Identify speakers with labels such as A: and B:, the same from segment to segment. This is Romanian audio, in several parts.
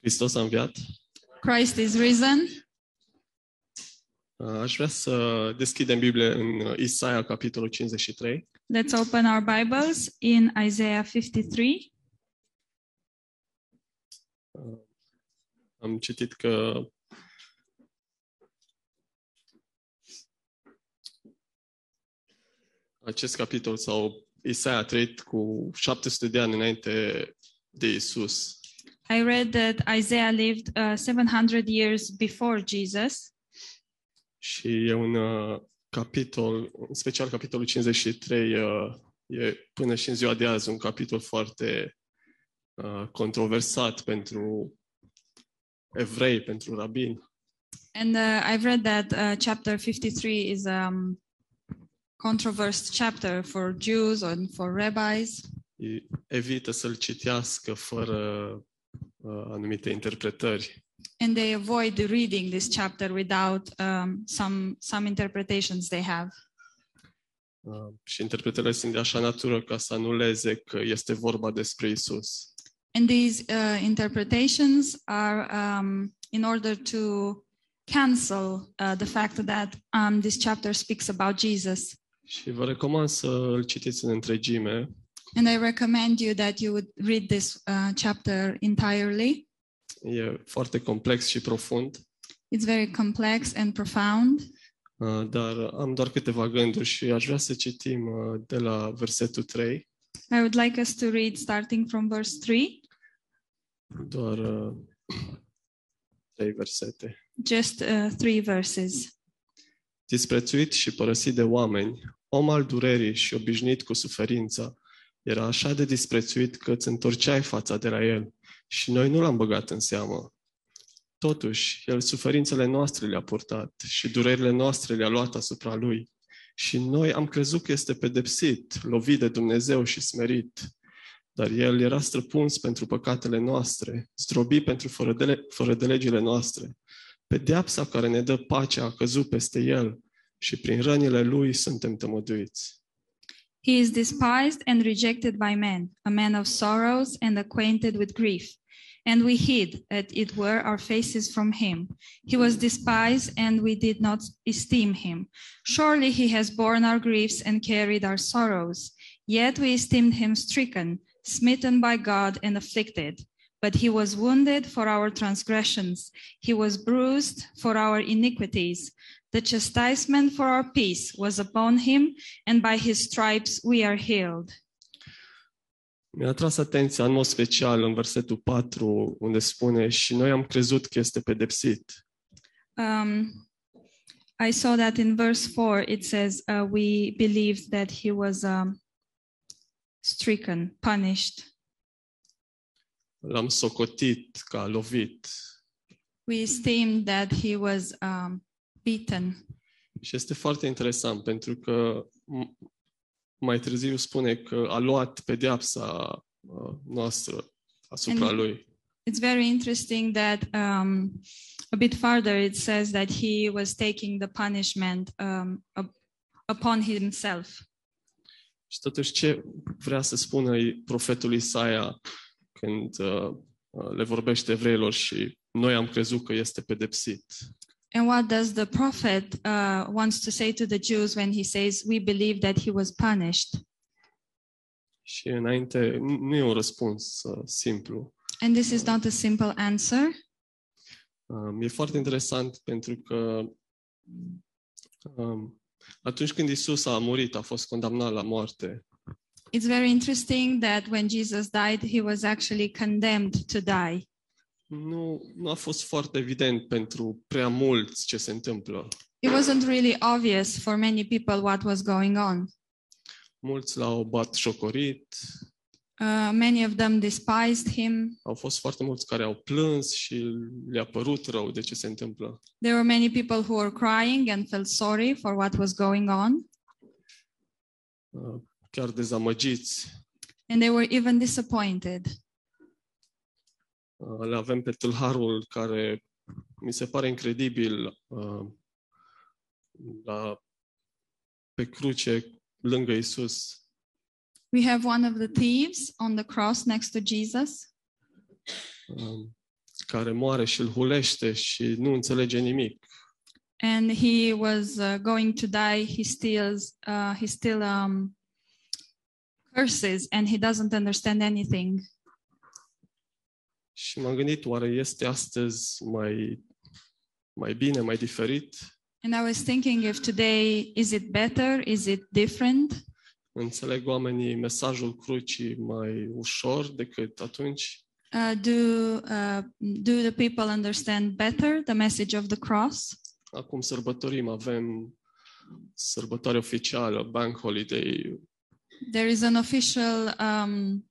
A: Hristos a înviat.
B: Christ is risen.
A: Uh, Aș vrea să deschidem Biblie în uh, Isaia, capitolul 53.
B: Let's open our Bibles in Isaiah 53.
A: Am citit că acest capitol sau Isaia a trăit cu 700 de ani înainte de Isus.
B: I read that Isaiah lived uh, 700 years before Jesus,
A: Și e un uh, capitol, în special capitolul 53, uh, e până și în ziua de azi un capitol foarte uh, controversat pentru evrei, pentru rabini.
B: and uh, I've read that uh, chapter 53 is a um, controversial chapter for Jews and for rabbis.
A: E- Evită să-l citească fără uh, anumite interpretări.
B: And they avoid reading this chapter without um, some some interpretations they have.
A: Uh, și interpretările sunt de așa natură ca să anuleze că este vorba despre Isus.
B: And these uh, interpretations are um, in order to cancel uh, the fact that um, this chapter speaks about Jesus.
A: Și vă recomand să îl citiți în întregime,
B: And I recommend you that you would read this uh, chapter entirely.
A: e foarte complex și profund.
B: It's very complex and profound.
A: Uh, dar am doar câteva gânduri și aș vrea să citim uh, de la versetul 3,
B: I would like us to read starting from verse 3,
A: doar uh, trei versete.
B: just uh, three verses.
A: Disprețuit și părăsit de oameni, om al durerii și obișnuit cu suferința, era așa de disprețuit că îți întorceai fața de la el și noi nu l-am băgat în seamă. Totuși, el suferințele noastre le-a purtat și durerile noastre le-a luat asupra lui. Și noi am crezut că este pedepsit, lovit de Dumnezeu și smerit. Dar el era străpuns pentru păcatele noastre, zdrobit pentru fără de, le- fără de legile noastre. Pedeapsa care ne dă pacea a căzut peste el și prin rănile lui suntem tămăduiți.
B: He is despised and rejected by men, a man of sorrows and acquainted with grief. And we hid, as it were, our faces from him. He was despised, and we did not esteem him. Surely he has borne our griefs and carried our sorrows. Yet we esteemed him stricken, smitten by God, and afflicted. But he was wounded for our transgressions, he was bruised for our iniquities. The chastisement for our peace was upon him and by his stripes we are healed.
A: Mi-a atras atenția în mod special în versetul 4, unde spune și noi am crezut că este pedepsit.
B: Um, I saw that in verse 4 it says, uh, We believed that he was um, stricken, punished.
A: L-am socotit ca lovit.
B: We esteemed that he was um, beaten.
A: Și este foarte interesant pentru că m- mai târziu spune că a luat pedeapsa uh, noastră asupra
B: And-
A: lui.
B: It's very interesting that um, a bit farther it says that he was taking the punishment um, up- upon himself.
A: Și totuși ce vrea să spună i- profetul Isaia când uh, uh, le vorbește evreilor și noi am crezut că este pedepsit.
B: And what does the prophet uh, wants to say to the Jews when he says, "We believe that he was punished"?
A: Și înainte, nu nu e un răspuns uh, simplu.
B: And this is not a simple answer.
A: Um, E foarte interesant pentru că um, atunci când Isus a murit, a fost condamnat la moarte,
B: It's very interesting that when Jesus died, he was actually condemned to die.
A: nu, nu a fost foarte evident pentru prea mulți ce se întâmplă.
B: It wasn't really obvious for many people what was going on.
A: Mulți l-au bat șocorit,
B: Uh, many of them despised him.
A: au fost foarte mulți care au plâns și le-a părut rău de ce se întâmplă.
B: There were many people who were crying and felt sorry for what was going on,
A: Uh, Chiar dezamăgiți.
B: and they were even disappointed.
A: Uh, Le avem pe tâlharul care mi se pare incredibil uh, la, pe cruce lângă Isus.
B: We have one of the thieves on the cross next to Jesus.
A: um, care moare și îl hulește și nu înțelege nimic.
B: and he was uh, going to die he steals uh, he still um, curses and he doesn't understand anything
A: Și m-am gândit, oare este astăzi mai, mai bine, mai diferit?
B: and i was thinking if today is it better is it different
A: Înțeleg oamenii mesajul crucii mai ușor decât atunci?
B: uh, do uh, do the people understand better the message of the cross
A: Acum sărbătorim, avem sărbătoare oficială, bank holiday,
B: there is an official um,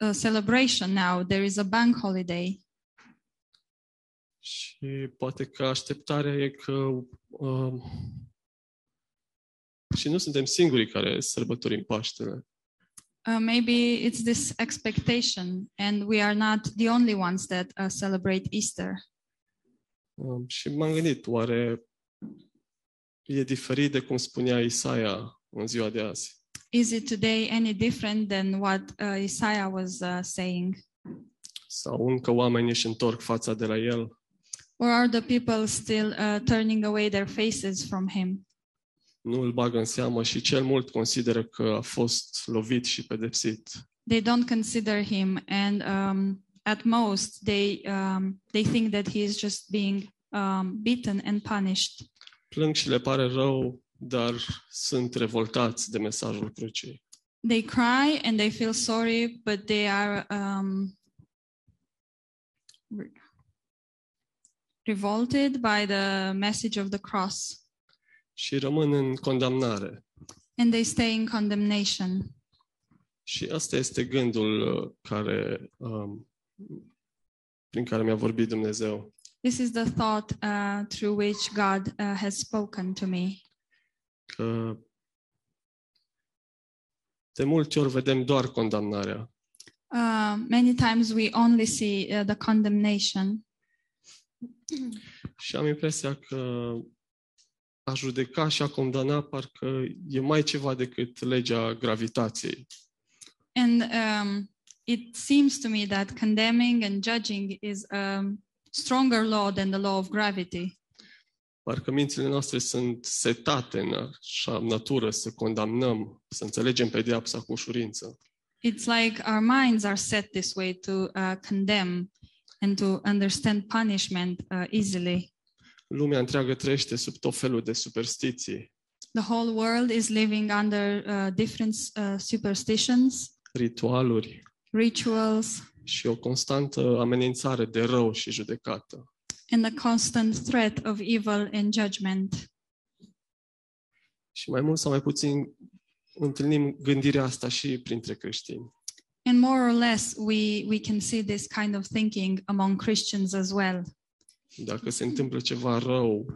B: uh, celebration now there is a bank holiday
A: Și poate că așteptarea e că um, și nu suntem singurii care sărbătorim Paștele.
B: uh, maybe it's this expectation and we are not the only ones that uh, celebrate easter
A: Um, și m-am gândit, oare e diferit de cum spunea Isaia în ziua de azi?
B: is it today any different than what uh, isaiah was uh, saying
A: Sau încă oamenii își întorc fața de la el?
B: or are the people still uh, turning away their faces from him
A: Nu îl bagă în seamă și cel mult consideră că a fost lovit și pedepsit.
B: they don't consider him and um, at most they um, they think that he is just being um, beaten and punished
A: Plâng și le pare rău, dar sunt revoltați de mesajul crucii.
B: they cry and they feel sorry but they are um, re- revolted by the message of the cross
A: Și rămân în condamnare.
B: and they stay in condemnation
A: Și asta este gândul uh, care, um, prin care mi-a vorbit Dumnezeu.
B: This is the thought uh, through which God uh, has spoken to me.
A: Că de multe ori vedem doar condamnarea,
B: Uh, many times we only see uh, the condemnation,
A: și am impresia că a judeca și a condamna parcă e mai ceva decât legea gravitației.
B: and um, it seems to me that condemning and judging is a stronger law than the law of gravity.
A: Parcă mințile noastre sunt setate în așa natură să condamnăm, să înțelegem pedeapsa cu ușurință.
B: It's like our minds are set this way to uh, condemn and to understand punishment uh, easily.
A: Lumea întreagă trăiește sub tot felul de superstiții.
B: The whole world is living under uh, different uh, superstitions,
A: ritualuri
B: rituals,
A: și o constantă amenințare de rău și judecată.
B: and the constant threat of evil and judgment.
A: Și mai mult sau mai puțin întâlnim gândirea asta și printre creștini.
B: And more or less, we, we can see this kind of thinking among Christians as well.
A: Dacă se întâmplă ceva rău,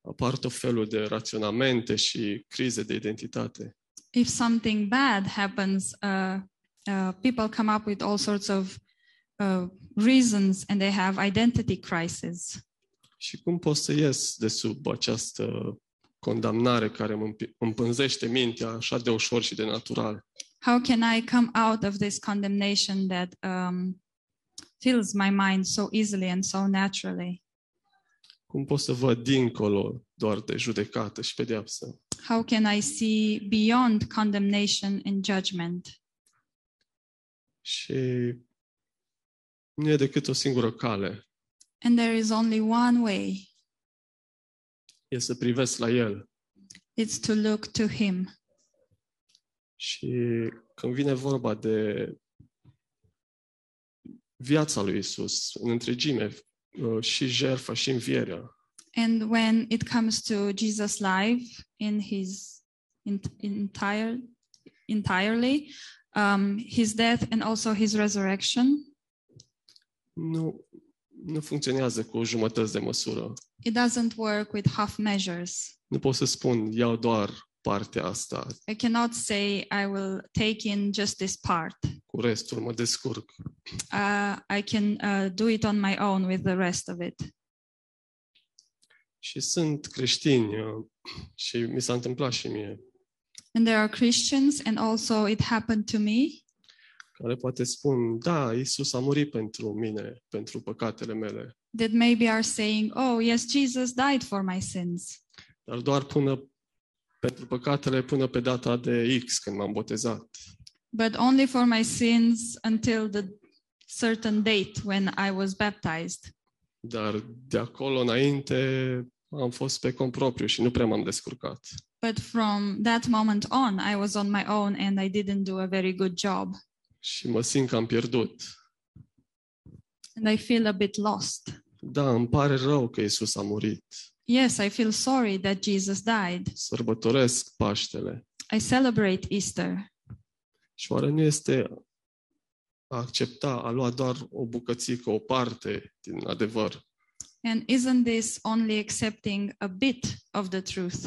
A: apar tot felul de raționamente și crize de identitate.
B: If something bad happens, uh, uh, people come up with all sorts of uh, reasons and they have identity crises.
A: Și cum pot să ies de sub această condamnare care mă împi- împânzește mintea așa de ușor și de natural?
B: How can I come out of this condemnation that um, fills my mind so easily and so naturally?
A: Cum pot să văd dincolo doar de judecată și pedeapsă?
B: How can I see beyond condemnation and judgment?
A: Și nu e decât o singură cale,
B: And there is only one way
A: e să privesc la el.
B: it's to look to him
A: Și când vine vorba de viața lui Isus în întregime, uh, și jertfa și învierea,
B: and when it comes to jesus life in his in, entire entirely um, his death and also his resurrection
A: nu, nu funcționează cu jumătăți de măsură.
B: it doesn't work with half measures
A: Nu pot să spun, iau doar partea asta,
B: i cannot say i will take in just this part
A: cu restul mă descurc.
B: uh, i can uh, do it on my own with the rest of it
A: Și sunt creștini uh, și mi s-a întâmplat și mie
B: and there are christians and also it happened to me
A: care poate spun, da, Isus a murit pentru mine, pentru păcatele mele,
B: that maybe are saying, Oh, yes, Jesus died for my sins,
A: dar doar până pentru păcatele până pe data de X când m-am botezat.
B: but only for my sins until the certain date when I was baptized.
A: Dar de acolo înainte am fost pe cont propriu și nu prea m-am descurcat.
B: But from that moment on, I was on my own and I didn't do a very good job.
A: Și mă simt că am pierdut.
B: And I feel a bit lost.
A: Da, îmi pare rău că Isus a murit.
B: Yes, I feel sorry that Jesus died.
A: Sărbătoresc Paștele.
B: I celebrate Easter.
A: Și oare nu este a accepta, a lua doar o bucățică, o parte din adevăr?
B: And isn't this only accepting a bit of the truth?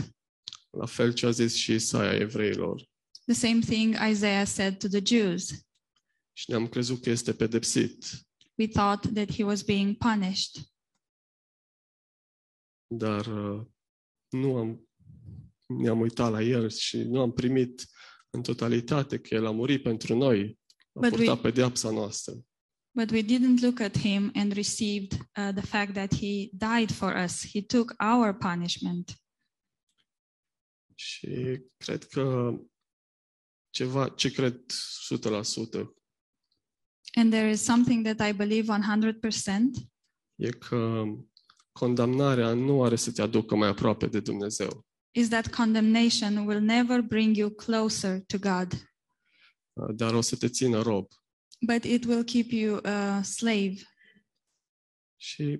A: La fel ce a zis și Isaia evreilor.
B: The same thing Isaiah said to the Jews.
A: Și ne-am crezut că este pedepsit.
B: We thought that he was being punished,
A: Dar uh, nu am, ne-am uitat la el și nu am primit în totalitate că el a murit pentru noi, a
B: But
A: purtat
B: we-
A: pedeapsa noastră.
B: but we didn't look at him and received uh, the fact that he died for us. He took our punishment.
A: Și cred că ceva, ce cred 100%
B: And there is something that I believe 100%
A: e că condamnarea nu are să te aducă mai aproape de Dumnezeu.
B: is that condemnation will never bring you closer to God,
A: uh, dar o să te țină rob.
B: but it will keep you a slave.
A: Și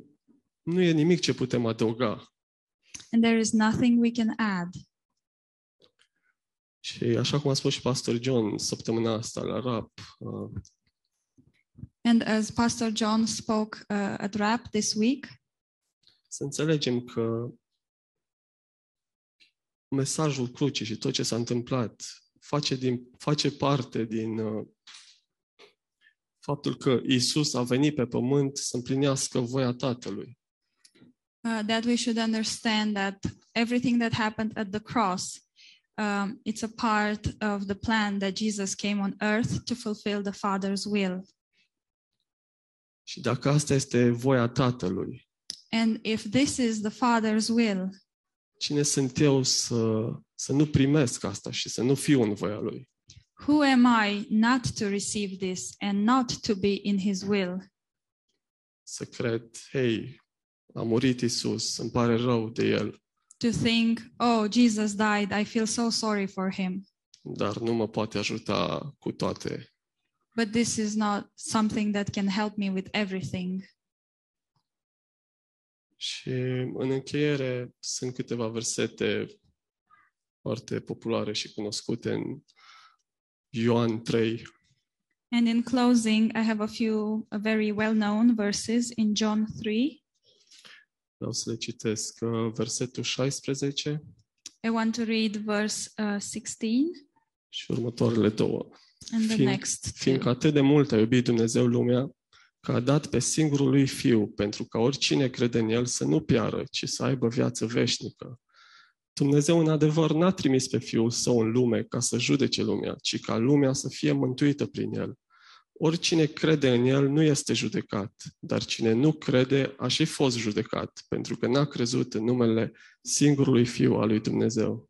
A: nu e nimic ce putem adăuga.
B: And there is nothing we can add.
A: Și așa cum a spus și pastor John săptămâna asta la RAP, uh,
B: And as Pastor John spoke uh, at RAP this week,
A: să înțelegem că mesajul crucii și tot ce s-a întâmplat face, din, face parte din uh, faptul că Isus a venit pe pământ să împlinească voia Tatălui.
B: uh, that we should understand that everything that happened at the cross, um, it's a part of the plan that Jesus came on earth to fulfill the Father's will.
A: Și dacă asta este voia Tatălui,
B: And if this is the Father's will,
A: cine sunt eu să, să nu primesc asta și să nu fiu în voia Lui?
B: who am I not to receive this and not to be in His will?
A: Să cred, hei, a murit Isus, îmi pare rău de El,
B: To think, oh, Jesus died, I feel so sorry for Him.
A: dar nu mă poate ajuta cu toate
B: But this is not something that can help me with everything.
A: Și în încheiere sunt câteva versete foarte populare și cunoscute în Ioan 3,
B: And in closing, I have a few uh, very well known verses in John 3.
A: vreau să le citesc, uh, versetul 16
B: I want to read verse uh, 16
A: și următoarele două.
B: and the
A: Fiind-
B: next. two.
A: Fiindcă atât de mult a iubit Dumnezeu lumea, că a dat pe singurul lui Fiu, pentru ca oricine crede în El să nu piară, ci să aibă viață veșnică. Dumnezeu în adevăr n-a trimis pe Fiul Său în lume ca să judece lumea, ci ca lumea să fie mântuită prin El. Oricine crede în El nu este judecat, dar cine nu crede a și fost judecat, pentru că n-a crezut în numele singurului Fiu al lui Dumnezeu.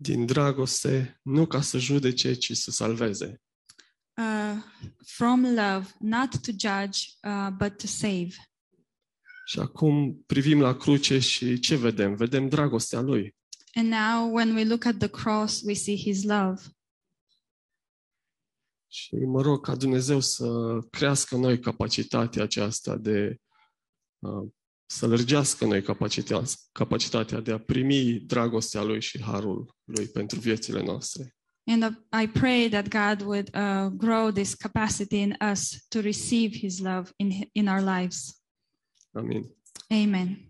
A: Din dragoste, nu ca să judece, ci să salveze.
B: uh, from love, not to judge, uh, but to save.
A: Și acum privim la cruce și ce vedem? Vedem dragostea lui.
B: And now, when we look at the cross, we see his love.
A: Și mă rog ca Dumnezeu să crească în noi capacitatea aceasta de uh, să lărgească în noi capacitatea, capacitatea de a primi dragostea lui și harul lui pentru viețile noastre.
B: And uh, I pray that God would uh, grow this capacity in us to receive His love in, in our lives.
A: Amin.
B: Amen.